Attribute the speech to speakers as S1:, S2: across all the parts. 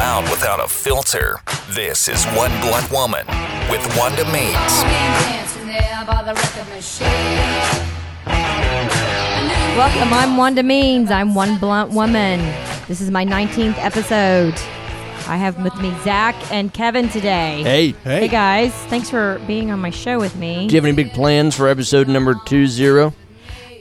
S1: a filter. This is One Blunt Woman with Wanda Mates.
S2: Welcome, I'm Wanda Means. I'm one blunt woman. This is my 19th episode. I have with me Zach and Kevin today.
S3: Hey,
S2: Hey, guys, thanks for being on my show with me.
S3: do you have any big plans for episode number two zero?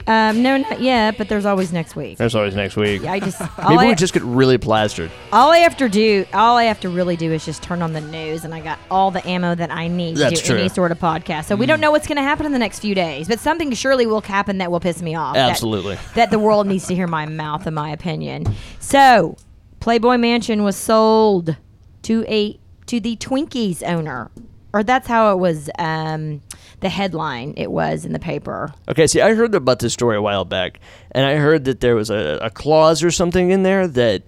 S2: Um, no, not yet, but there's always next week.
S3: That's always next week.
S2: I just all,
S3: Maybe
S2: I,
S3: we just get really plastered.
S2: all I have to do, all I have to really do is just turn on the news, and I got all the ammo that I need
S3: That's
S2: to do any
S3: true. Mm.
S2: sort of podcast. So we don't know what's going to happen in the next few days, but something surely will happen that will piss me off. that-
S3: Absolutely.
S2: that the world needs to hear my mouth, in my opinion. So, Playboy Mansion was sold to a to the Twinkies owner, or that's how it was. Um, the headline it was in the paper.
S3: Okay, see, I heard about this story a while back, and I heard that there was a, a clause or something in there that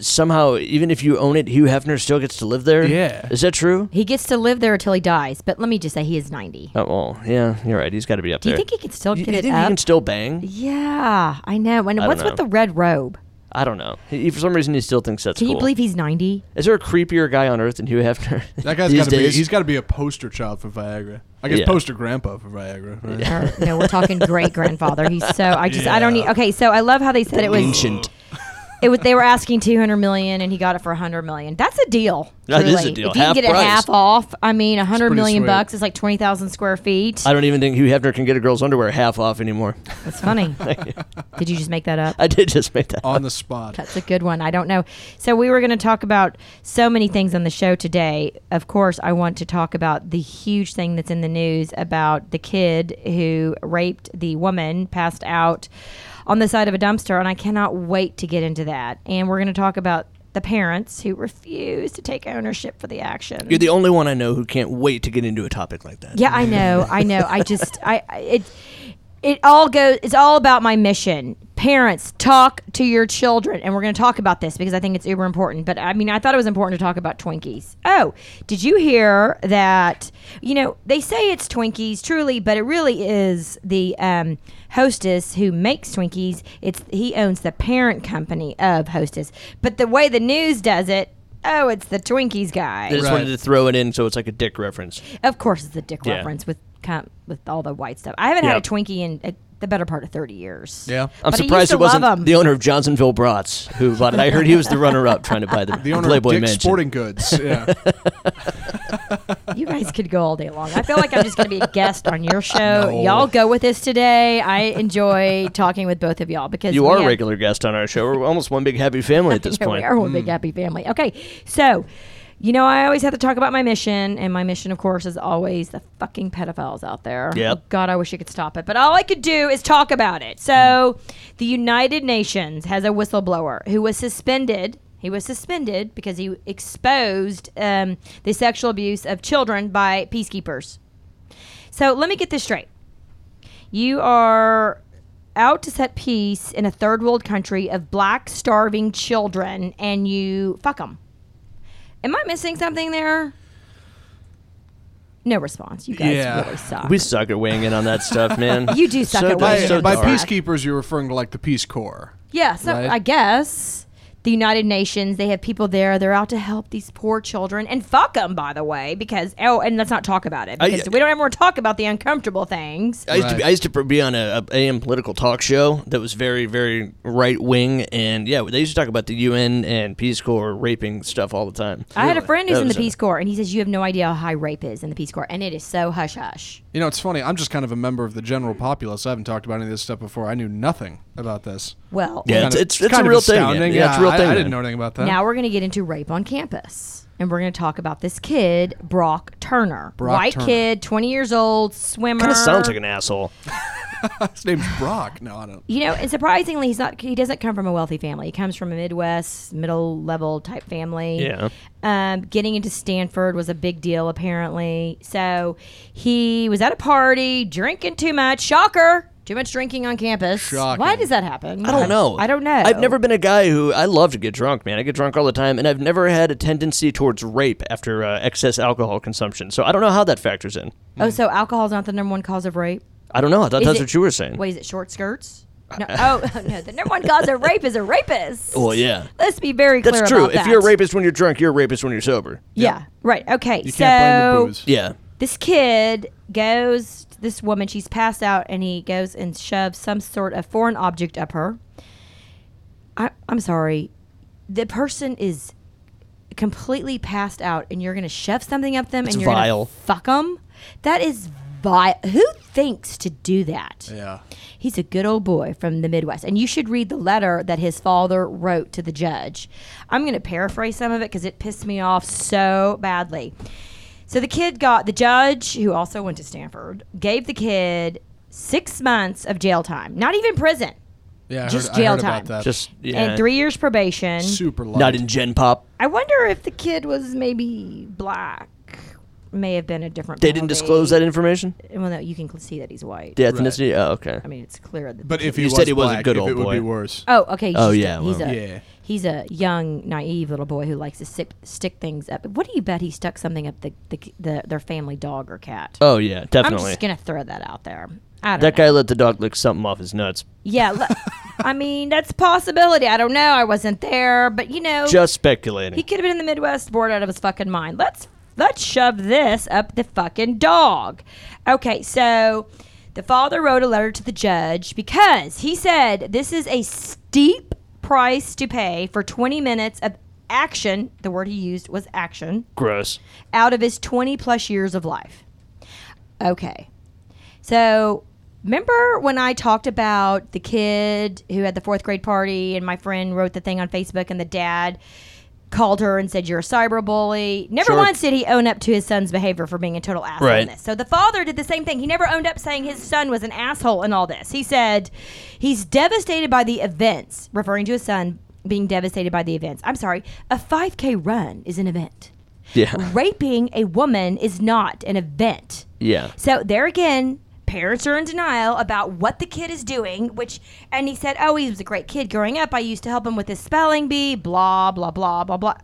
S3: somehow, even if you own it, Hugh Hefner still gets to live there.
S4: Yeah.
S3: Is that true?
S2: He gets to live there until he dies. But let me just say, he is ninety.
S3: Oh, well, yeah, you're right. He's got to be up
S2: Do you
S3: there.
S2: think he can still
S3: You-
S2: get
S3: you
S2: it
S3: think he
S2: up?
S3: can still bang?
S2: yeah, I know. And
S3: don't
S2: what's with
S3: know.
S2: the red robe?
S3: I don't know. He, for some reason, he still thinks that's
S2: Can
S3: cool.
S2: you believe he's ninety?
S3: Is there a creepier guy on earth than Hugh Hefner?
S4: That guy's
S3: these
S4: got to be.
S3: days?
S4: He's got to be a poster child for Viagra. I guess
S3: Yeah.
S4: poster grandpa for Viagra. Right?
S2: Or, no, we're talking great grandfather. He's so I just I don't need. Okay, so I love how they said it was
S3: ancient.
S2: it was they were asking 200 million and he got it for 100 million that's a deal
S3: That is a
S2: truly.
S3: deal.
S2: if you can
S3: Half
S2: get it
S3: price.
S2: half off i mean 100
S4: pretty
S2: million
S4: sweet.
S2: bucks is like 20000 square feet
S3: I don't even think Hugh Hefner can get a girl's underwear half off anymore.
S2: that's funny did you just make that up
S3: I did just make that.
S4: On the spot.
S2: that's a good one i don't know so we were going to talk about so many things on the show today of course i want to talk about the huge thing that's in the news about the kid who raped the woman passed out on the side of a dumpster and i cannot wait to get into that and we're going to talk about the parents who refuse to take ownership for the action.
S3: You're the only one I know who can't wait to get into a topic like that.
S2: Yeah, I know. I know. I just I I- it it all goes it's all about my mission. Parents, talk to your children. And we're going to talk about this because I think it's uber important. But I mean, I thought it was important to talk about Twinkies. Oh, did you hear that? You know, they say it's Twinkies truly, but it really is the um, hostess who makes Twinkies. It's he owns the parent company of Hostess. But the way the news does it, oh, it's the Twinkies guy.
S3: I just
S4: Right.
S3: wanted to throw it in so it's like a dick reference.
S2: Of course, it's a dick
S3: Yeah.
S2: reference with com- with all the white stuff. I haven't had
S3: Yep.
S2: a Twinkie in uh, the better part of thirty years.
S4: Yeah.
S3: I'm
S2: But he used
S3: surprised
S2: to
S3: it
S2: love 'em.
S3: wasn't the owner of Johnsonville Brats who bought it. I heard he was the runner-up trying to buy the,
S4: The owner
S3: Playboy
S4: of Dick's
S3: Mansion.
S4: Sporting Goods. Yeah.
S2: you guys could go all day long. I feel like I'm just going to be a guest on your show. Y'all go with us today. I enjoy talking with both of y'all because
S3: you
S2: we
S3: are a
S2: have-
S3: regular guest on our show. We're almost one big happy family at this
S2: Yeah,
S3: point. Hmm.
S2: We are one big happy family. Okay, so. You know, I always have to talk about my mission, and my mission, of course, is always the fucking pedophiles out there.
S3: Yep.
S2: Oh, God, I wish I could stop it, but all I could do is talk about it. So, the United Nations has a whistleblower who was suspended. He was suspended because he exposed um, the sexual abuse of children by peacekeepers. So, let me get this straight. You are out to set peace in a third world country of black starving children and you fuck them. Am I missing something there? No response. You guys
S4: Yeah.
S2: really suck.
S3: We suck at weighing in on that stuff, man.
S2: You do suck
S3: so
S2: at
S3: dark,
S2: weighing
S4: by
S2: in.
S3: so
S4: by
S3: dark.
S4: peacekeepers, you're referring to like the Peace Corps.
S2: yeah, so
S4: Right.
S2: I guess the United Nations, they have people there. They're out to help these poor children and fuck them, by the way, because, oh, and let's not talk about it
S3: I-
S2: because we don't ever want to talk about the uncomfortable things.
S3: I used, to
S4: Right.
S3: be, I used to be on a, a AM political talk show that was very, very right wing, and yeah, they used to talk about the UN and Peace Corps raping stuff all the time.
S2: I had a friend who's
S3: That
S2: in the
S3: was a-
S2: Peace Corps, and he says, You have no idea how high rape is in the Peace Corps, and it is so hush hush.
S4: You know, it's funny. I'm just kind of a member of the general populace. I haven't talked about any of this stuff before. I knew nothing about this.
S2: Well,
S3: Yeah,
S4: Kind
S3: it's
S4: of-
S3: it's, it's a
S4: kind of
S3: real thing. man.
S4: astounding.
S3: Yeah, it's a real
S4: I-
S3: thing.
S4: I
S3: man.
S4: didn't know anything about that.
S2: Now we're going to get into rape on campus. And we're going to talk about this kid, Brock Turner.
S4: Brock
S2: White
S4: Turner.
S2: kid, 20 years old, swimmer.
S3: Kind of sounds like an asshole.
S4: His name's Brock. No, I don't.
S2: You know, and surprisingly, he's not. He doesn't come from a wealthy family. He comes from a Midwest, middle level type family.
S3: Yeah.
S2: Um, getting into Stanford was a big deal, apparently. So he was at a party, drinking too much. Shocker. Too much drinking on campus.
S4: Shocking.
S2: Why does that happen?
S3: I don't know.
S2: Oh, I don't know.
S3: I've never been a guy who I love to get drunk, man. I get drunk all the time, and I've never had a tendency towards rape after uh, excess alcohol consumption. So I don't know how that factors in.
S2: Oh, so alcohol's not the number one cause of rape?
S3: I don't know. I thought
S2: Is
S3: that's
S2: it-
S3: what you were saying.
S2: Wait, is it short skirts? No, oh no, the number one cause of rape is a rapist.
S3: Well, yeah.
S2: Let's be very clear
S3: That's true.
S2: about
S3: If
S2: that.
S3: you're a rapist when you're drunk, you're a rapist when you're sober.
S2: yeah, right. Okay,
S4: You
S2: so
S4: can't blame the booze.
S3: Yeah.
S2: this kid goes to this woman she's passed out and he goes and shoves some sort of foreign object up her I, i'm sorry the person is completely passed out and you're gonna shove something up them
S3: It's
S2: and you're
S3: vile.
S2: gonna fuck them that is vile who thinks to do that
S4: Yeah.
S2: He's a good old boy from the Midwest. And you should read the letter that his father wrote to the judge. I'm going to paraphrase some of it because it pissed me off so badly. So the kid got, the judge, who also went to Stanford, gave the kid six months of jail time, not even prison,
S4: Yeah. I
S2: Just
S4: heard,
S2: jail
S4: I heard
S2: time.
S4: About that.
S3: Just yeah.
S2: and three years probation.
S4: super light.
S3: Not in Gen Pop.
S2: I wonder if the kid was maybe black. May have been a different.
S3: They didn't
S2: penalty.
S3: disclose that information.
S2: Well, no, you can see that he's white.
S3: The ethnicity. Oh, okay.
S2: I mean, it's clear that.
S4: But if he
S3: You
S4: was
S3: said he was a
S4: black,
S3: good
S4: if
S3: old
S4: it would be
S3: boy.
S4: worse.
S2: Oh, okay.
S3: Oh,
S2: he's-
S3: yeah,
S2: He's
S3: well.
S2: a
S4: Yeah.
S2: he's a young, naive little boy who likes to sip, stick things up. What do you bet he stuck something up the, the, the their family dog or cat?
S3: Oh yeah,
S2: I'm
S3: definitely.
S2: just gonna throw that out there. I don't
S3: That
S2: know.
S3: guy let the dog lick something off his nuts.
S2: Yeah. le- I mean, that's a possibility. I don't know. I wasn't there, but you know,
S3: Just speculating.
S2: he could have been in the Midwest, bored out of his fucking mind. Let's let's shove this up the fucking dog. Okay, so the father wrote a letter to the judge because he said this is a steep price to pay for 20 minutes of action. The word he used was action
S3: Gross.
S2: out of his 20 plus years of life. Okay. So, remember when I talked about the kid who had the fourth grade party and my friend wrote the thing on Facebook and the dad called her and said, You're a cyber bully? Never
S3: Sure.
S2: once did he own up to his son's behavior for being a total asshole in
S3: Right.
S2: this. So, the father did the same thing. He never owned up saying his son was an asshole in all this. He said, He's devastated by the events, referring to his son being devastated by the events. I'm sorry, a 5K run is an event
S3: Yeah.
S2: raping a woman is not an event.
S3: Yeah.
S2: So there again, parents are in denial about what the kid is doing, which and he said, "Oh, he was a great kid growing up. I used to help him with his spelling bee, blah blah blah blah blah."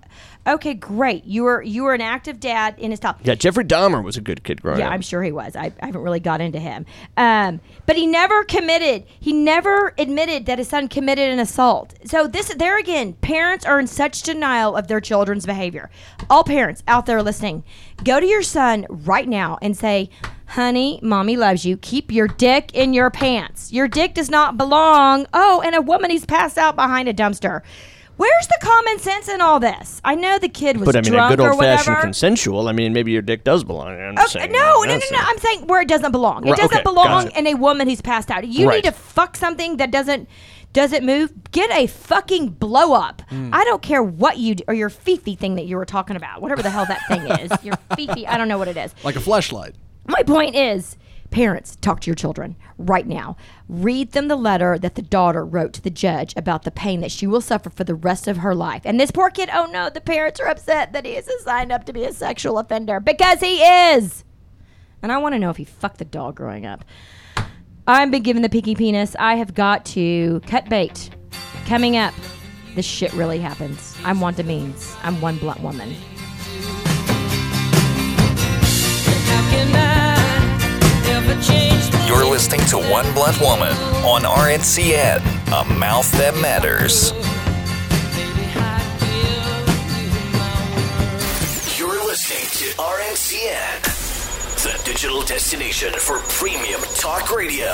S2: Okay, great. You were you were an active dad in his time.
S3: Yeah. Jeffrey Dahmer was a good kid growing
S2: Yeah,
S3: up.
S2: I'm sure he was. I, I haven't really got into him. Um, but he never committed. He never admitted that his son committed an assault. So this there again, parents are in such denial of their children's behavior. All parents out there listening, go to your son right now and say, "Honey, mommy loves you. Keep your dick in your pants. Your dick does not belong." Oh, and a woman he's passed out behind a dumpster. Where's the common sense in all this? I know the kid was
S3: But I mean, a
S2: drunk
S3: good
S2: or
S3: old fashioned
S2: whatever.
S3: consensual. I mean, maybe your dick does belong. I'm just
S2: Okay,
S3: saying.
S2: no, no, no,
S3: That's
S2: no.
S3: it.
S2: I'm saying where it doesn't belong. It
S3: Right,
S2: doesn't
S3: okay,
S2: belong
S3: gotcha.
S2: in a woman who's passed out. You
S3: Right.
S2: need to fuck something that doesn't doesn't move. Get a fucking blow up.
S3: Mm.
S2: I don't care what you do, or your fifi thing that you were talking about, whatever the hell that thing is. Your fifi, I don't know what it is.
S4: Like a flashlight.
S2: My point is, parents, talk to your children right now. Read them the letter that the daughter wrote to the judge about the pain that she will suffer for the rest of her life. And this poor kid, oh no, the parents are upset that he is signed up to be a sexual offender because he is. And I want to know if he fucked the dog growing up. I've been given the pinky penis. I have got to cut bait. Coming up, this shit really happens. I'm Wanda Means. I'm one blunt woman.
S1: You're listening to One Blunt Woman on RNCN, a mouth that matters.
S5: You're listening to RNCN, the digital destination for premium talk radio.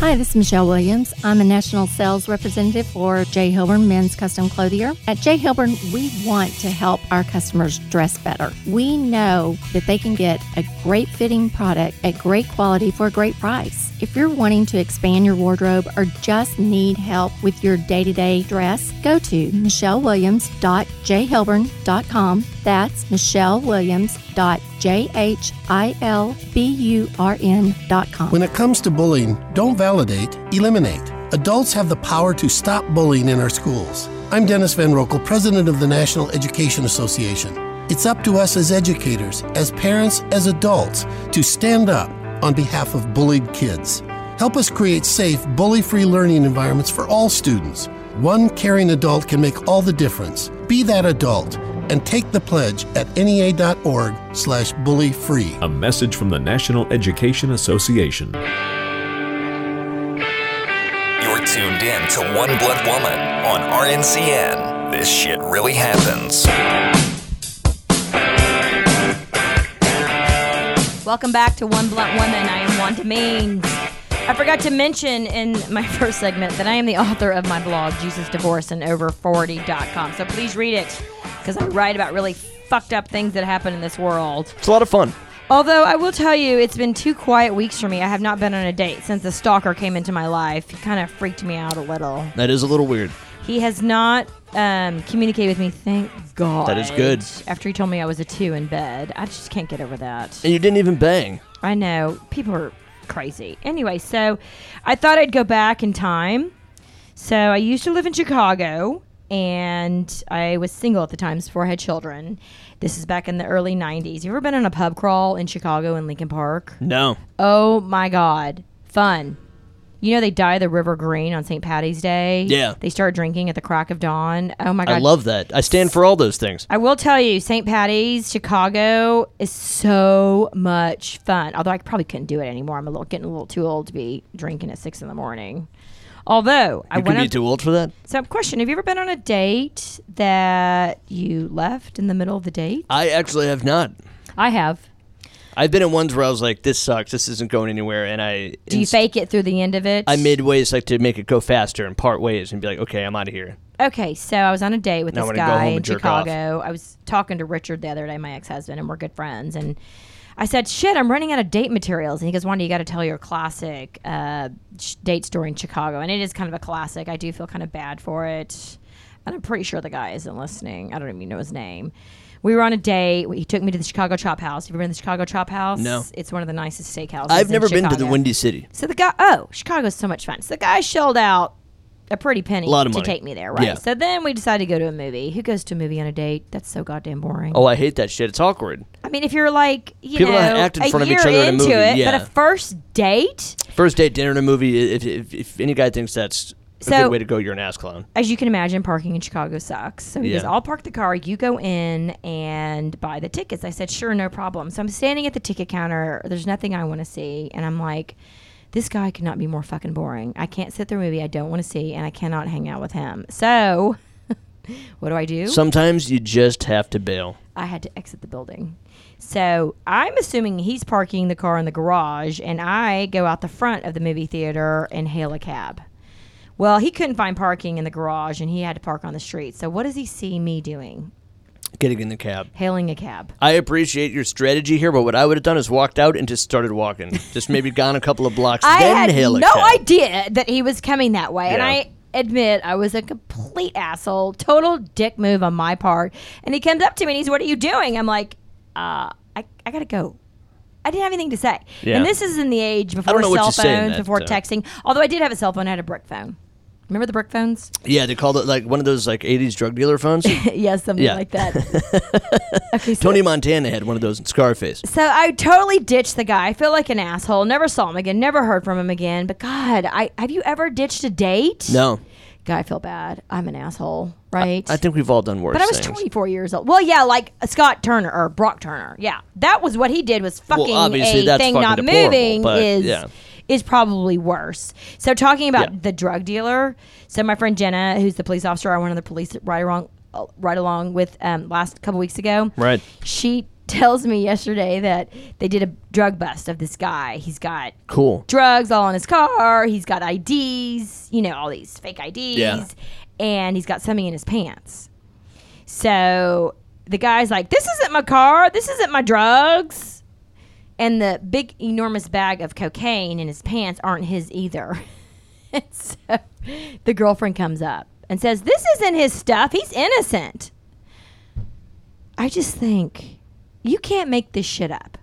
S6: Hi, this is Michelle Williams. I'm a national sales representative for J. Hilburn Men's Custom Clothier. At J. Hilburn, we want to help our customers dress better. We know that they can get a great fitting product at great quality for a great price. If you're wanting to expand your wardrobe or just need help with your day to day dress, go to michellewilliams.jhilburn.com. That's michellewilliams.jhilburn.com.
S7: When it comes to bullying, don't validate, eliminate. Adults have the power to stop bullying in our schools. I'm Dennis Van Rokel, president of the National Education Association. It's up to us as educators, as parents, as adults to stand up on behalf of bullied kids. Help us create safe, bully free learning environments for all students. One caring adult can make all the difference. Be that adult and take the pledge at E nea.org slash bully free.
S8: A message from the National Education Association.
S1: Your tuned in to One Blunt Woman on RNCN. This shit really happens.
S2: Welcome back to One Blunt Woman. I am Wanda Means. I forgot to mention in my first segment that I am the author of my blog, Jesus Divorce and Over40.com. So please read it because I write about really fucked up things that happen in this world.
S3: It's a lot of fun.
S2: Although I will tell you, it's been two quiet weeks for me. I have not been on a date since the stalker came into my life. He kind of freaked me out a little.
S3: That is a little weird.
S2: He has not um, communicated with me. Thank God.
S3: That is good.
S2: After he told me I was a two in bed, I just can't get over that.
S3: And you didn't even bang.
S2: I know. People are crazy. Anyway, so I thought I'd go back in time. So I used to live in Chicago and I was single at the time before I had children. This is back in the early 90s. You ever been on a pub crawl in Chicago in Lincoln Park?
S3: No.
S2: Oh my God. Fun. You know they dye the river green on St. Patty's Day.
S3: Yeah.
S2: They start drinking at the crack of dawn. Oh my God.
S3: I love that. I stand for all those things.
S2: I will tell you, St. Patty's, Chicago is so much fun. Although I probably couldn't do it anymore. I'm a little getting a little too old to be drinking at six in the morning. Although I
S3: You could
S2: went
S3: be
S2: on,
S3: too old for that.
S2: so question: Have you ever been on a date that you left in the middle of the date?
S3: I actually have not.
S2: I have.
S3: I've been in ones where I was like, "This sucks. This isn't going anywhere," and I
S2: Do you fake it through the end of it?
S3: I made ways like to make it go faster and part ways and be like, "Okay, I'm out of here."
S2: Okay, so I was on a date with
S3: Now
S2: this
S3: I'm gonna go
S2: guy
S3: home
S2: in
S3: and jerk off.
S2: Chicago. I was talking to Richard the other day, my ex husband, and we're good friends. And I said, "Shit, I'm running out of date materials." And he goes, "Wanda, you got to tell your classic uh, sh- date story in Chicago." And it is kind of a classic. I do feel kind of bad for it, and I'm pretty sure the guy isn't listening. I don't even know his name. We were on a date. He took me to the Chicago Chop House. Have you been to the Chicago Chop House?
S3: No.
S2: It's one of the nicest steakhouses.
S3: I've
S2: in
S3: never been to the
S2: Chicago.
S3: Windy City.
S2: So the guy, oh, Chicago's so much fun. So the guy shelled out a pretty penny
S3: Lot of
S2: to
S3: money.
S2: take me there, right?
S3: Yeah.
S2: So then we decided to go to a movie. Who goes to a movie on a date? That's so goddamn boring.
S3: Oh, I hate that shit. It's awkward.
S2: I mean, if you're like, you
S3: People
S2: know,
S3: don't act in
S2: a
S3: front of
S2: year
S3: each other in a
S2: into
S3: movie,
S2: it,
S3: yeah.
S2: but a first date,
S3: First date, dinner, and a movie. If, if, if any guy thinks that's a
S2: So-
S3: good way to go, you're an ass clown.
S2: as you can imagine, parking in Chicago sucks. So he goes,
S3: Yeah.
S2: I'll park the car. You go in and buy the tickets. I said, sure, no problem. So I'm standing at the ticket counter. There's nothing I want to see. And I'm like, this guy could not be more fucking boring. I can't sit through a movie I don't want to see, and I cannot hang out with him. So what do I do?
S3: Sometimes you just have to bail.
S2: I had to exit the building. So I'm assuming he's parking the car in the garage, and I go out the front of the movie theater and hail a cab. Well, he couldn't find parking in the garage, and he had to park on the street. So what does he see me doing?
S3: Getting in the cab.
S2: Hailing a cab.
S3: I appreciate your strategy here, but what I would have done is walked out and just started walking. Just maybe gone a couple of blocks,
S2: I
S3: then
S2: had
S3: hail a
S2: no
S3: cab.
S2: idea that he was coming that way, and
S3: Yeah.
S2: I admit I was a complete asshole, total dick move on my part. And he comes up to me and he's, "What are you doing?" I'm like, "Uh, I, I gotta go." I didn't have anything to say.
S3: Yeah.
S2: And this is in the age before
S3: know what
S2: cell
S3: you say in
S2: phones,
S3: that,
S2: before
S3: uh,
S2: texting. Although I did have a cell phone, I had a brick phone. Remember the brick phones?
S3: Yeah, they called it like one of those like '80s drug dealer phones.
S2: yeah, something
S3: Yeah.
S2: like that. okay, so,
S3: Tony Montana had one of those in Scarface.
S2: So I totally ditched the guy. I feel like an asshole. Never saw him again. Never heard from him again. But God, I have you ever ditched a date?
S3: No,
S2: God, I feel bad. I'm an asshole, right?
S3: I think we've all done worse.
S2: but I was
S3: things.
S2: 24 years old. Well, yeah, like uh, Scott Turner or Brock Turner. Yeah, that was what he did. Was fucking
S3: obviously
S2: a
S3: that's
S2: thing
S3: fucking
S2: not
S3: deplorable,
S2: moving
S3: but
S2: is
S3: yeah.
S2: is probably worse. So talking about
S3: Yeah.
S2: the drug dealer. So my friend Jenna, who's the police officer, I went on the police ride along right along with um, last couple weeks ago.
S3: Right.
S2: She tells me yesterday that they did a drug bust of this guy. He's got
S3: Cool.
S2: drugs all on his car. He's got IDs, you know, all these fake IDs.
S3: Yeah.
S2: And he's got something in his pants. So the guy's like, This isn't my car. This isn't my drugs. And the big, enormous bag of cocaine in his pants aren't his either. and so the girlfriend comes up and says, This isn't his stuff. He's innocent. I just think you can't make this shit up.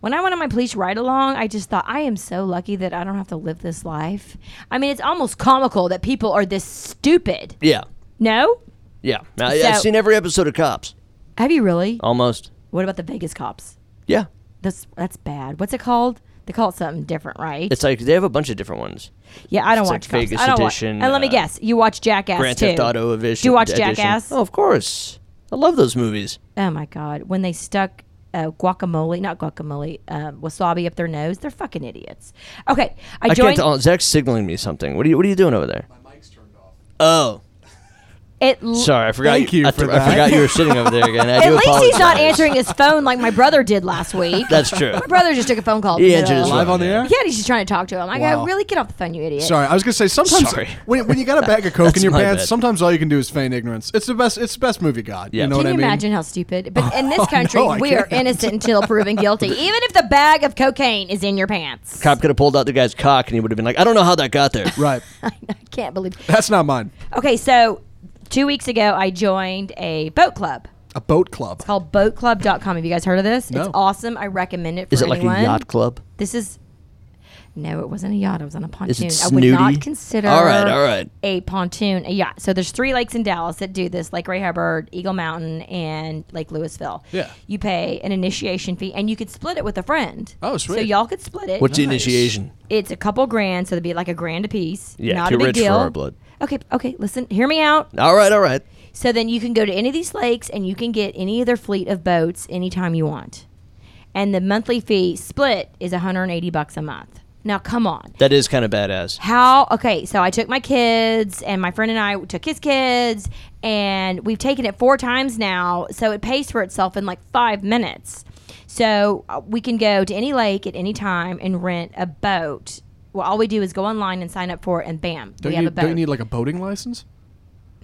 S2: When I went on my police ride along, I just thought I am so lucky that I don't have to live this life. I mean, it's almost comical that people are this stupid.
S3: Yeah,
S2: No?
S3: yeah. Now, I-
S2: So-
S3: I've seen every episode of Cops.
S2: Have you really?
S3: Almost.
S2: What about the Vegas cops?
S3: Yeah.
S2: That's that's bad. What's it called? They call it something different, right?
S3: It's like they have a bunch of different ones.
S2: yeah, I don't
S3: it's
S2: watch
S3: like
S2: cops.
S3: Vegas
S2: I don't
S3: Edition,
S2: watch. And let me
S3: uh,
S2: guess, you watch Jackass
S3: Grand
S2: too.
S3: Theft Auto Edition. Oh.
S2: Do you watch
S3: edition.
S2: Jackass?
S3: Oh, of course. I love those movies.
S2: Oh my god, when they stuck uh, guacamole, not guacamole, um, wasabi up their nose. They're fucking idiots. Okay, I,
S3: I
S2: joined.
S3: can't tell. Zach's signaling me something. What are you What are you doing over there? My mic's turned off.
S2: It
S3: Oh, sorry. I forgot.
S4: Thank you
S3: I,
S4: for
S3: th- I
S4: that.
S3: forgot you were sitting over there again. I
S2: At
S3: do
S2: least he's not
S3: apologize.
S2: answering his phone like my brother did last week.
S3: That's true.
S2: my brother just took a phone call.
S3: He
S2: in the
S3: answered
S2: middle.
S3: his
S4: Live on the air?
S2: Yeah, and he's just trying to talk to him. I go,
S4: Wow.
S2: really get off the phone, you idiot.
S4: Sorry, I was gonna say sometimes
S3: Sorry.
S4: when, when you got a bag of coke in
S3: That's
S4: your
S3: my
S4: pants,
S3: bad.
S4: sometimes all you can do is feign ignorance. It's the best. It's the best movie god.
S3: Yeah.
S4: You know
S2: Can
S4: what
S2: you
S4: I mean?
S2: imagine how stupid? But in this country,
S4: no, I
S2: we are
S4: can't.
S2: innocent until proven guilty, even if the bag of cocaine is in your pants.
S3: Cop could have pulled out the guy's cock, and he would have been like, "I don't know how that got there."
S4: Right.
S2: I can't believe.
S4: That's not mine.
S2: Okay, so two weeks ago, I joined a boat club
S4: A boat club.
S2: called boatclub.com. Have you guys heard of this? It's
S4: No.
S2: awesome. I recommend it for
S3: Is it like
S2: anyone.
S3: a yacht club?
S2: This is. No, it wasn't a yacht. It was on a pontoon.
S3: Is it
S2: I would not
S3: snooty?
S2: consider
S3: All right, all right.
S2: a pontoon a yacht. So there's three lakes in Dallas that do this, Lake Ray Hubbard, Eagle Mountain, and Lake Louisville.
S4: Yeah.
S2: You pay an initiation fee and you could split it with a friend.
S4: Oh,
S2: So
S4: sweet.
S2: y'all could split it.
S3: What's the initiation?
S2: It's a couple grand, so it'd be like a grand a piece.
S3: Yeah,
S2: not
S3: too
S2: a big
S3: rich for
S2: deal.
S3: our blood.
S2: Okay, okay, listen, hear me out.
S3: All right, all right.
S2: So then you can go to any of these lakes and you can get any of their fleet of boats anytime you want. And the monthly fee split is 180 bucks a month. Now come on.
S3: That is kind of badass.
S2: How okay, so I took my kids and my friend and I took his kids and we've taken it four times now, so it pays for itself in like 5 minutes. So uh, we can go to any lake at any time and rent a boat. Well, all we do is go online and sign up for it and bam,
S4: Don't
S2: we
S4: you,
S2: have a boat.
S4: don't you need like a boating license?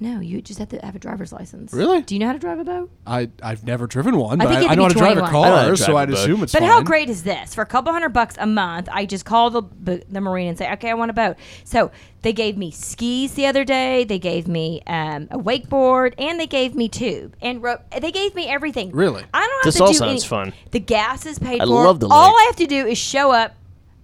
S2: no, you just have to have a driver's license.
S4: Really?
S2: Do you know how to drive a boat?
S4: I I've never driven one,
S2: I
S4: but
S2: think you
S4: I,
S2: have
S4: I know how
S2: to
S4: to
S2: be
S4: drive a
S2: 21. I
S3: know how to
S4: car, so
S3: drive a
S4: I'd
S3: boat.
S4: assume it's
S2: But
S4: fine.
S2: how great is this? For a couple hundred bucks a month, I just call the b- the marine and say, "Okay, I want a boat." So they gave me skis the other day. They gave me um, a wakeboard, and they gave me tube and rope. They gave me everything.
S4: Really?
S2: I don't have
S3: This
S2: to
S3: all
S2: do
S3: sounds
S2: any-
S3: fun.
S2: The gas is paid
S3: I
S2: for.
S3: love the
S2: All
S3: lake.
S2: I have to do is show up,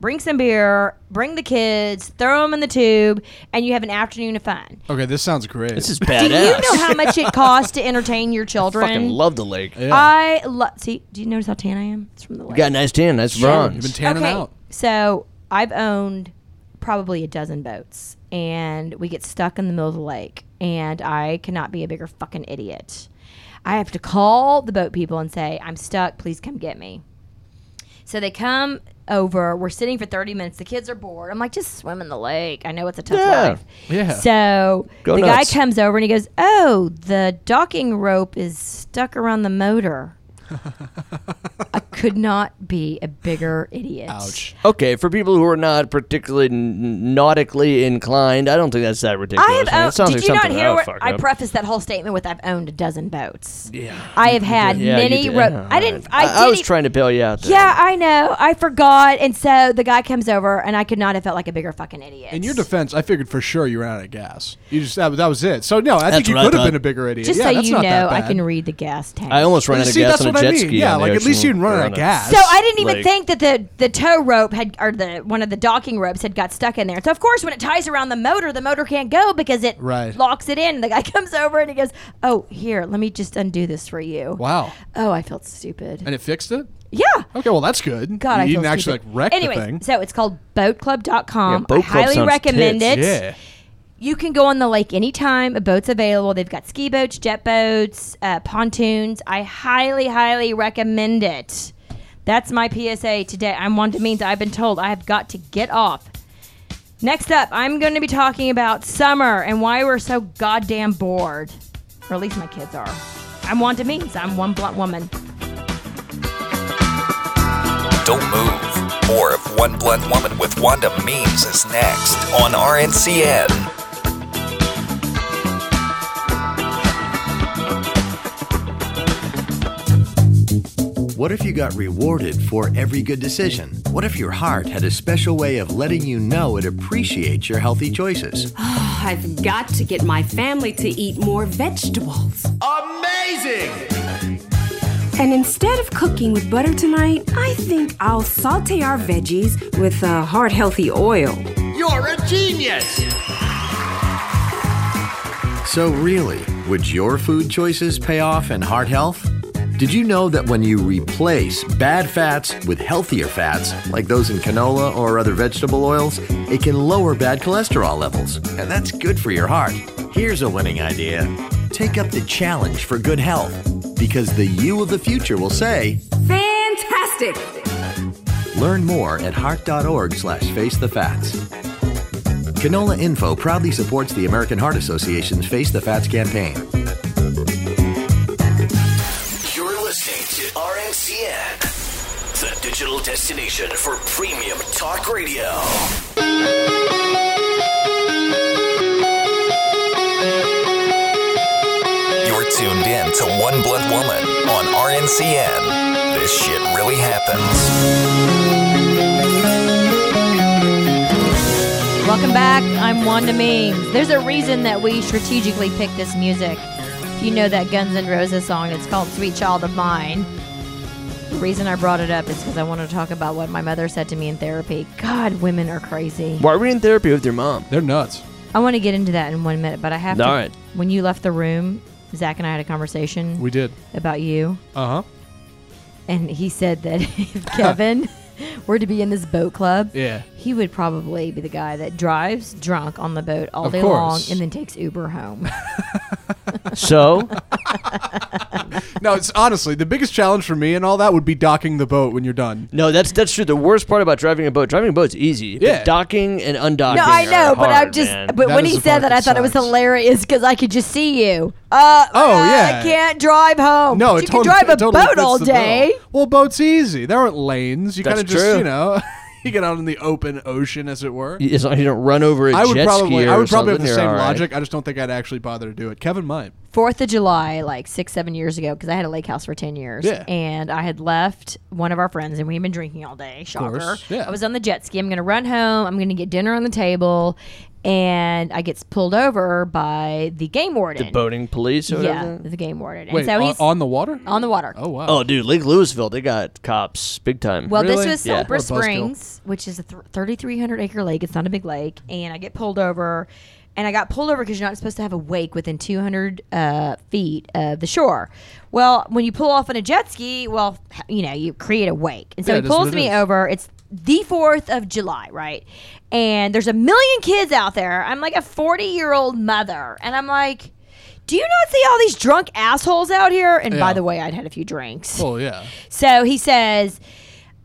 S2: bring some beer, bring the kids, throw them in the tube, and you have an afternoon of fun.
S4: Okay, this sounds great.
S3: This is
S2: Do
S3: badass.
S2: you know how much it costs to entertain your children?
S3: Fucking love the lake. You
S2: I love. See, do you notice how tan I am? It's from the lake.
S3: got a nice tan, nice
S4: You've
S3: bronze.
S4: been tanning
S2: okay,
S4: out.
S2: So I've owned probably a dozen boats, and we get stuck in the middle of the lake, and I cannot be a bigger fucking idiot. I have to call the boat people and say, I'm stuck, please come get me. So they come over, we're sitting for 30 minutes, the kids are bored. I'm like, just swim in the lake. I know it's a tough
S3: Yeah.
S2: life.
S4: Yeah.
S2: So
S3: Go
S2: the
S3: nuts.
S2: guy comes over and he goes, Oh, the docking rope is stuck around the motor. I could not be a bigger idiot.
S4: Ouch.
S3: Okay, for people who are not particularly n- nautically inclined, I don't think that's that ridiculous.
S2: I have
S3: man. It
S2: owned.
S3: sounds
S2: did
S3: like
S2: you not
S3: something
S2: hear
S3: I'll
S2: what
S3: fuck
S2: I
S3: up.
S2: prefaced that whole statement with? I've owned a dozen boats. Yeah, I have had
S3: Yeah, you
S2: many.
S3: did.
S2: Ro- I didn't. I,
S3: I, I was
S2: didn't- e-,
S3: trying to bail you out. There.
S2: Yeah, I know. I forgot, and so the guy comes over, and I could not have felt like a bigger fucking idiot.
S4: In your defense, I figured for sure you ran out of gas. You just that, that was it. So no, I think
S3: That's
S4: you
S3: what I
S4: could have
S3: thought.
S4: been a bigger idiot.
S2: just
S4: yeah,
S2: so
S4: that's
S2: you
S4: not that
S2: know, I
S4: bad.
S2: can read the gas tank.
S3: I almost ran
S4: You
S3: out of
S4: see,
S3: gas
S4: that's
S3: on a
S4: what I
S3: jet
S4: mean.
S3: ski.
S4: Yeah,
S3: on the
S4: like, at least
S3: ocean
S4: you didn't run
S3: or
S4: out
S3: on
S4: of
S3: a-
S4: gas.
S2: so I didn't even
S3: Like-
S2: think that the the tow rope had or the one of the docking ropes had got stuck in there. So of course, when it ties around the motor, the motor can't go because it
S4: Right.
S2: locks it in. The guy comes over and he goes, "Oh, here, let me just undo this for you."
S4: Wow.
S2: Oh, I felt stupid.
S4: And it fixed it.
S2: yeah.
S4: Okay, well that's good.
S2: God,
S4: you
S2: I feel
S4: didn't actually
S2: stupid.
S4: like wreck
S2: Anyways,
S4: the thing.
S2: so it's called boatclub.com.
S3: Yeah, boat
S2: I
S3: club
S2: highly
S3: sounds
S2: recommend
S3: tits.
S2: it.
S4: Yeah.
S2: You can go on the lake anytime. A boat's available. They've got ski boats, jet boats, uh, pontoons. I highly, highly recommend it. That's my PSA today. I'm one to means I've been told I have got to get off. Next up, I'm going to be talking about summer and why we're so goddamn bored. Or at least my kids are. I'm Wanda Means. I'm one blunt woman.
S1: Don't move. More of One Blunt Woman with Wanda Memes is next on RNCN.
S8: What if you got rewarded for every good decision? What if your heart had a special way of letting you know it appreciates your healthy choices?
S9: I've got to get my family to eat more vegetables.
S8: Amazing!
S9: And instead of cooking with butter tonight, I think I'll saute our veggies with uh, heart healthy oil.
S8: You're a genius! So, really, would your food choices pay off in heart health? Did you know that when you replace bad fats with healthier fats, like those in canola or other vegetable oils, it can lower bad cholesterol levels? And that's good for your heart. Here's a winning idea take up the challenge for good health, because the you of the future will say,
S9: Thank Fantastic!
S8: Learn more at heart.org slash face the fats. Canola Info proudly supports the American Heart Association's Face the Fats campaign.
S5: You're listening to RNCN, the digital destination for premium talk radio.
S1: You're tuned in to One Blunt Woman on RNCN. This shit really happens.
S2: Welcome back. I'm Wanda Means. There's a reason that we strategically picked this music. If you know that Guns N' Roses song, it's called Sweet Child of Mine. The reason I brought it up is because I want to talk about what my mother said to me in therapy. God, women are crazy.
S3: Why are we in therapy with your mom?
S4: They're nuts.
S2: I want to get into that in one minute, but I have to.
S3: All right.
S2: When you left the room, Zach and I had a conversation
S4: We did.
S2: about you,
S4: Uh huh.
S2: and he said that if Kevin were to be in this boat club,
S4: Yeah.
S2: he would probably be the guy that drives drunk on the boat all
S4: Of
S2: day long
S4: course.
S2: and then takes Uber home.
S3: So
S4: No, it's honestly the biggest challenge for me and all that would be docking the boat when you're done.
S3: no, that's that's true. The worst part about driving a boat, driving a boat's easy. but
S4: Yeah.
S3: docking and undocking.
S2: No, I
S3: are
S2: know, but
S3: hard,
S2: I'm just.
S3: man.
S2: But
S4: That
S2: when
S4: is
S2: he
S4: the
S2: said
S4: part
S2: that,
S4: that
S2: I thought it was
S4: sucks.
S2: hilarious because I could just see you. Uh,
S4: Oh,
S2: uh,
S4: yeah.
S2: I can't drive home.
S4: No,
S2: Oh, But
S4: it
S2: you
S4: totally,
S2: can drive a
S4: it totally
S2: boat
S4: fits
S2: all
S4: the bill.
S2: day.
S4: Well, boats easy. There aren't lanes. You kind
S3: That's
S4: of just
S3: true.
S4: you know you get out in the open ocean, as it were.
S3: as long as you don't run over a
S4: I would
S3: jet
S4: probably
S3: skier
S4: I
S3: or
S4: would probably
S3: something,
S4: have the
S3: you're
S4: same
S3: all right.
S4: logic. I just don't think I'd actually bother to do it. Kevin might.
S2: Fourth of July, like six, seven years ago, because I had a lake house for 10 years.
S4: Yeah.
S2: And I had left one of our friends, and we had been drinking all day. Shocker.
S4: course, yeah.
S2: I was on the jet ski. I'm going to run home. I'm going to get dinner on the table. And I get pulled over by the game warden.
S3: Boating police. Or
S2: Yeah,
S3: whatever.
S2: the game warden.
S4: Wait,
S2: and so
S4: on,
S2: he's
S4: on the water?
S2: on the water.
S4: Oh wow.
S3: Oh, dude, Lake Louisville, they got cops big time.
S2: Well, this
S4: Really?
S2: was
S3: Yeah.
S2: Sulphur
S4: What a buzzkill.
S2: Springs, which is a th- 3,300 acre lake. It's not a big lake. And I get pulled over. And I got pulled over because you're not supposed to have a wake within 200 uh, feet of the shore. Well, when you pull off on a jet ski, well, h- you know, you create a wake. And so
S4: Yeah,
S2: he
S4: that's what
S2: pulls
S4: it
S2: me
S4: is.
S2: over. It's the 4th of July, right? And there's a million kids out there. I'm like a 40 year old mother. And I'm like, do you not see all these drunk assholes out here? And by
S4: Yeah.
S2: the way, I'd had a few drinks.
S4: Well, Oh, yeah.
S2: So he says,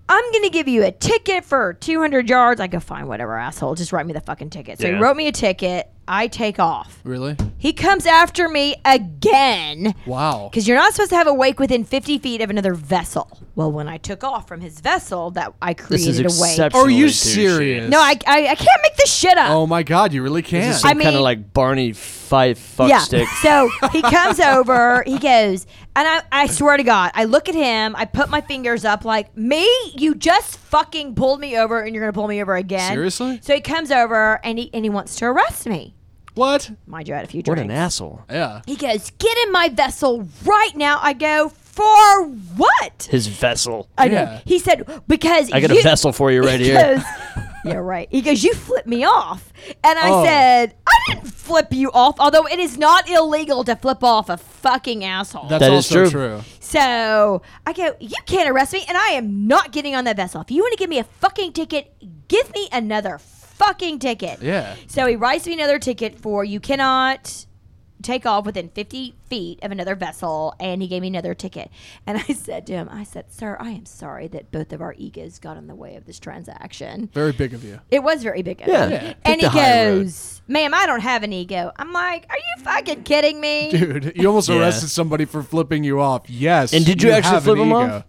S2: I'm going to give you a ticket for 200 yards. I go, fine, whatever, asshole. Just write me the fucking ticket. So he
S3: Yeah.
S2: wrote me a ticket. I take off.
S4: Really?
S2: He comes after me again
S4: Wow.
S2: because you're not supposed to have a wake within 50 feet of another vessel. Well, when I took off from his vessel, that I
S3: this is
S2: created a wake.
S3: exceptional.
S4: Are you serious?
S2: No, I, I, I can't make this shit up.
S4: Oh my god, you really can.
S2: I
S3: kind
S2: mean-
S3: of like Barney Five fuck
S2: yeah.
S3: stick.
S2: So he comes over, he goes, and I, I swear to God, I look at him, I put my fingers up like, me? You just fucking pulled me over and you're going to pull me over again.
S4: Seriously?
S2: So he comes over and he, and he wants to arrest me.
S4: what?
S2: Mind you, I had a few
S3: What
S2: drinks.
S3: an asshole.
S4: Yeah.
S2: He goes, get in my vessel right now. I go, for what?
S3: His vessel.
S2: I know.
S4: Yeah.
S2: He said, because
S3: I got
S2: you-
S3: a vessel for you right
S2: he
S3: here.
S2: Goes, yeah, right. He goes, You flipped me off. And I
S4: Oh.
S2: said, I didn't flip you off, although it is not illegal to flip off a fucking asshole.
S4: That's
S3: That is
S4: also
S3: true.
S4: true.
S2: so I go, You can't arrest me, and I am not getting on that vessel. If you want to give me a fucking ticket, give me another fucking ticket.
S4: Yeah.
S2: So he writes me another ticket for you cannot take off within 50 feet of another vessel and he gave me another ticket and i said to him i said sir i am sorry that both of our egos got in the way of this transaction
S4: Very big of you.
S2: it was very big.
S3: Yeah. Yeah.
S2: And
S3: Take
S2: he
S3: the high road.
S2: goes, ma'am, I don't have an ego. I'm like, are you fucking kidding me?
S4: Dude, you almost
S3: Yeah.
S4: arrested somebody for flipping you off. Yes.
S3: And did you actually
S4: have an
S3: flip him
S4: ego.
S3: off?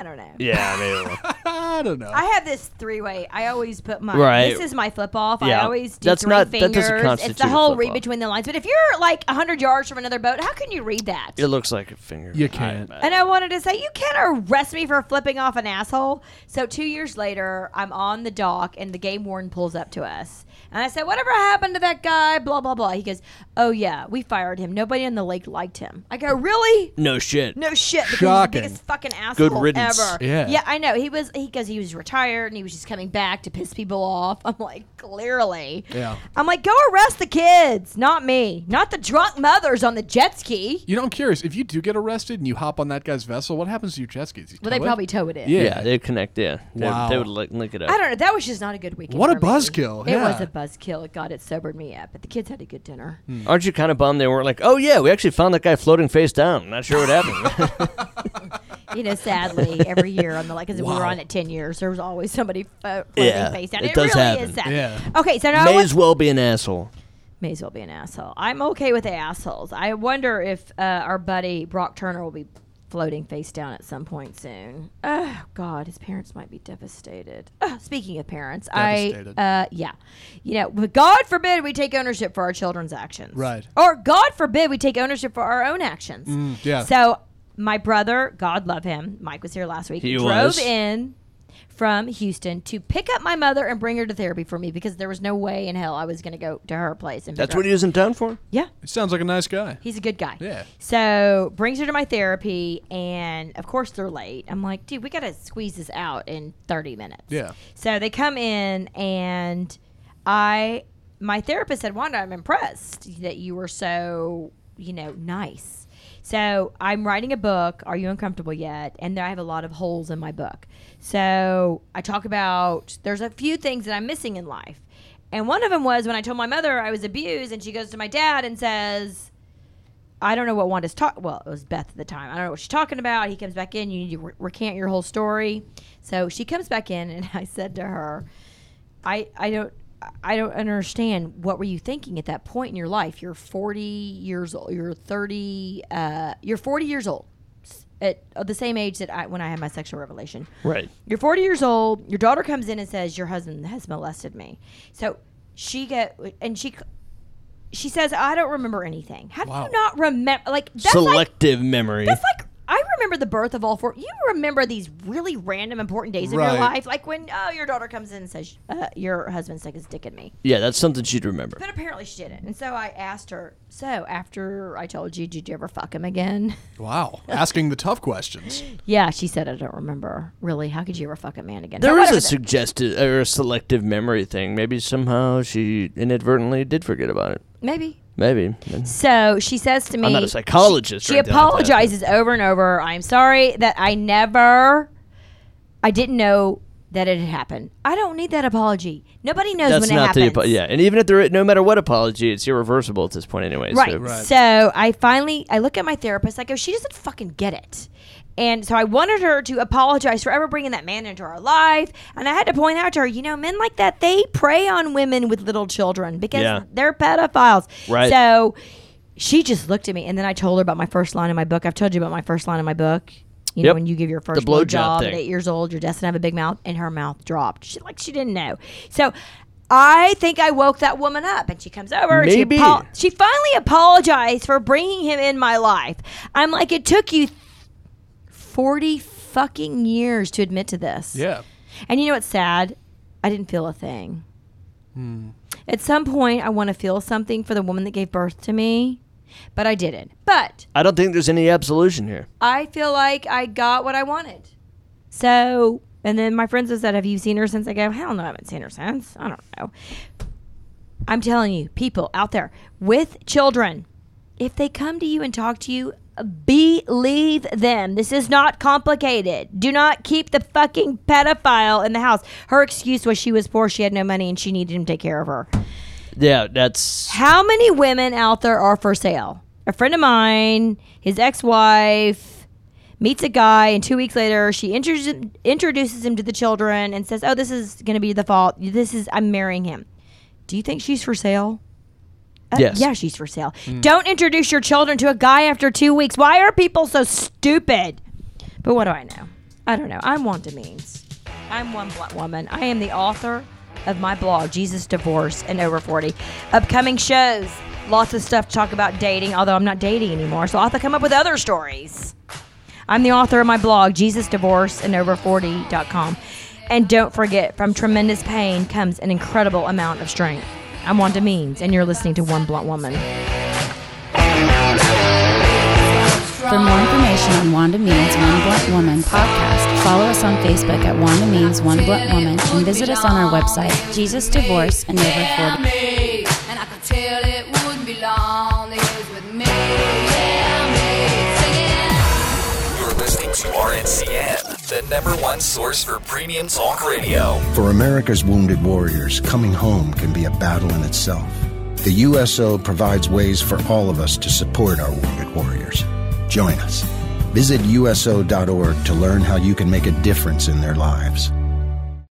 S2: I don't know.
S3: yeah, I mean,
S4: I don't know.
S2: I have this three way. I always put my
S3: Right.
S2: this is my flip off. I
S3: Yeah.
S2: always do
S3: That's
S2: three
S3: not- that
S2: fingers.
S3: doesn't
S2: it's
S3: constitute
S2: the
S3: a
S2: whole
S3: flip
S2: read
S3: off.
S2: between the lines. But if you're like hundred yards from another boat, how can you read that?
S3: it looks like a finger.
S4: You can't.
S2: And I wanted to say, you can't arrest me for flipping off an asshole. So two years later, I'm on the dock, and the game warden pulls up to us. And I said, whatever happened to that guy, blah, blah, blah. He goes, oh, yeah, we fired him. Nobody in the lake liked him. I go, really?
S3: No shit.
S2: No shit. because he's
S4: Shocking.
S2: The biggest fucking asshole
S3: riddance.
S2: ever.
S4: Yeah.
S2: Yeah, I know. He was, he goes, he was retired, and he was just coming back to piss people off. I'm like, clearly.
S4: Yeah.
S2: I'm like, go arrest the kids, not me. Not the drunk mothers on the jet ski.
S4: You know, I'm curious. If you do get arrested and you hop on that guy's vessel, what happens to your jet skis? You
S2: Well, they
S4: tow it?
S2: probably tow it in.
S4: Yeah.
S3: Yeah, they connect. Yeah, they,
S4: Wow.
S3: they would link, link it up.
S2: I don't know. That was just not a good weekend.
S4: What
S2: for
S4: a
S2: me.
S4: buzzkill,
S2: It was
S4: yeah. Hmm.
S2: a buzzkill. It got it sobered me up. But the kids had a good dinner.
S3: Aren't you kind of bummed they weren't like, oh yeah, we actually found that guy floating face down. Not sure what happened.
S2: you know, sadly, every year on the like, because we were on it ten years, there was always somebody fo- floating
S3: Yeah,
S2: face down.
S3: it
S2: It,
S3: does
S2: really
S3: happen.
S2: is sad.
S4: Yeah.
S2: Okay, so now I
S3: May
S2: want-
S3: as well be an asshole.
S2: may as well be an asshole. I'm okay with assholes. I wonder if uh, our buddy Brock Turner will be floating face down at some point soon. Oh God, his parents might be devastated. Ugh, speaking of parents,
S4: Devastated.
S2: I uh, yeah, you know, but God forbid we take ownership for our children's actions,
S4: Right. Mm,
S2: Or God forbid we take ownership for our own actions.
S4: yeah.
S2: So my brother, God love him, Mike was here last week.
S3: He
S2: drove
S3: was.
S2: in from Houston to pick up my mother and bring her to therapy for me because there was no way in hell I was going to go to her place. And pick
S3: That's
S2: her
S3: what
S2: up.
S3: he was in town for.
S2: Yeah.
S4: He sounds like a nice guy.
S2: He's a good guy.
S4: Yeah.
S2: So brings her to my therapy, and of course they're late. I'm like, dude, we gotta squeeze this out in 30 minutes.
S4: Yeah.
S2: So they come in, and I, my therapist said, Wanda, I'm impressed that you were so, you know, nice. So I'm writing a book. Are you uncomfortable yet? And there I have a lot of holes in my book. So I talk about there's a few things that I'm missing in life. And one of them was when I told my mother I was abused, and she goes to my dad and says, I don't know what Wanda's talking. Well, it was Beth at the time. I don't know what she's talking about. He comes back in. You need to re- recant your whole story. So she comes back in, and I said to her, "I I don't." I don't understand. What were you thinking at that point in your life? You're 40 years old. You're 30. Uh, you're 40 years old, s- at, at the same age that I when I had my sexual revelation.
S3: Right.
S2: You're 40 years old. Your daughter comes in and says your husband has molested me. So she get and she she says I don't remember anything. How do you not remember? Like that's like
S3: Selective memory.
S2: that's like I remember the birth of all four. You remember these really random important days of
S4: Right.
S2: your life, like when oh your daughter comes in and says uh, your husband stuck his dick in me.
S3: yeah, that's something she'd remember.
S2: But apparently she didn't. And so I asked her. So after I told you, did you ever fuck him again?
S4: Wow. Asking the tough questions.
S2: yeah, she said I don't remember. Really? How could you ever fuck a man again?
S3: There
S2: But
S3: is a
S2: whatever the-
S3: suggested or a selective memory thing. Maybe somehow she inadvertently did forget about it.
S2: maybe.
S3: Maybe.
S2: So she says to me,
S3: not a psychologist
S2: She,
S3: or
S2: she
S3: anything like that, but-
S2: apologizes over and over. I'm sorry that I never, I didn't know that it had happened. I don't need that apology. Nobody knows
S3: That's
S2: when
S3: not
S2: it
S3: the
S2: happens.
S3: apo- yeah. And even if there, no matter what apology, it's irreversible at this point anyway. So.
S2: Right. So I finally I look at my therapist. I go, she doesn't fucking get it. And so I wanted her to apologize for ever bringing that man into our life. And I had to point out to her, you know, men like that they prey on women with little children because
S3: Yeah.
S2: they're pedophiles.
S3: Right.
S2: So she just looked at me, and then I told her about my first line in my book. I've told you about my first line in my book. You know,
S3: Yep.
S2: when you give your first
S3: blowjob
S2: blowjob at
S3: thing.
S2: eight years old, you're destined to have a big mouth, and her mouth dropped. She like she didn't know. So I think I woke that woman up, and she comes over. and she
S3: Maybe.
S2: apo- she finally apologized for bringing him in my life. I'm like, it took you 40 fucking years to admit to this.
S4: Yeah.
S2: And you know what's sad? I didn't feel a thing. At some point, I want to feel something for the woman that gave birth to me, but I didn't. But
S3: I don't think there's any absolution here.
S2: I feel like I got what I wanted. So, and then my friends have said, Have you seen her since? I go, Hell no, I haven't seen her since. I don't know. I'm telling you, people out there with children, if they come to you and talk to you, believe them. This is not complicated. Do not keep the fucking pedophile in the house. Her excuse was she was poor, she had no money, and she needed him to take care of her.
S3: Yeah, that's
S2: How many women out there are for sale? A friend of mine, his ex wife, meets a guy, and two weeks later, she introduces introduces him to the children and says, Oh, this is going to be the fault. This is, I'm marrying him. Do you think she's for sale? Uh,
S3: Yes.
S2: Yeah, she's for sale. Don't introduce your children to a guy after two weeks. Why are people so stupid? But what do I know? I don't know. I'm Wanda Means. I'm one blunt woman. I am the author of my blog, Jesus Divorce and Over 40. Upcoming shows, lots of stuff to talk about dating, although I'm not dating anymore, so I'll have to come up with other stories. I'm the author of my blog, Jesus Divorce and Over 40.com. And don't forget, from tremendous pain comes an incredible amount of strength. I'm Wanda Means, and you're listening to One Blunt Woman.
S10: For more information on Wanda Means One Blunt Woman podcast, follow us on Facebook at Wanda Means One Blunt Woman and visit us on our website, Jesus Divorce and Over 40.
S11: And I could tell it would be long days with me. Yeah, me. Singing.
S1: You're listening to RNCN, the number one source for premium talk radio.
S5: For America's wounded warriors, coming home can be a battle in itself. The USO provides ways for all of us to support our wounded warriors. Join us.
S7: Visit USO.org to learn how you can make a difference in their lives.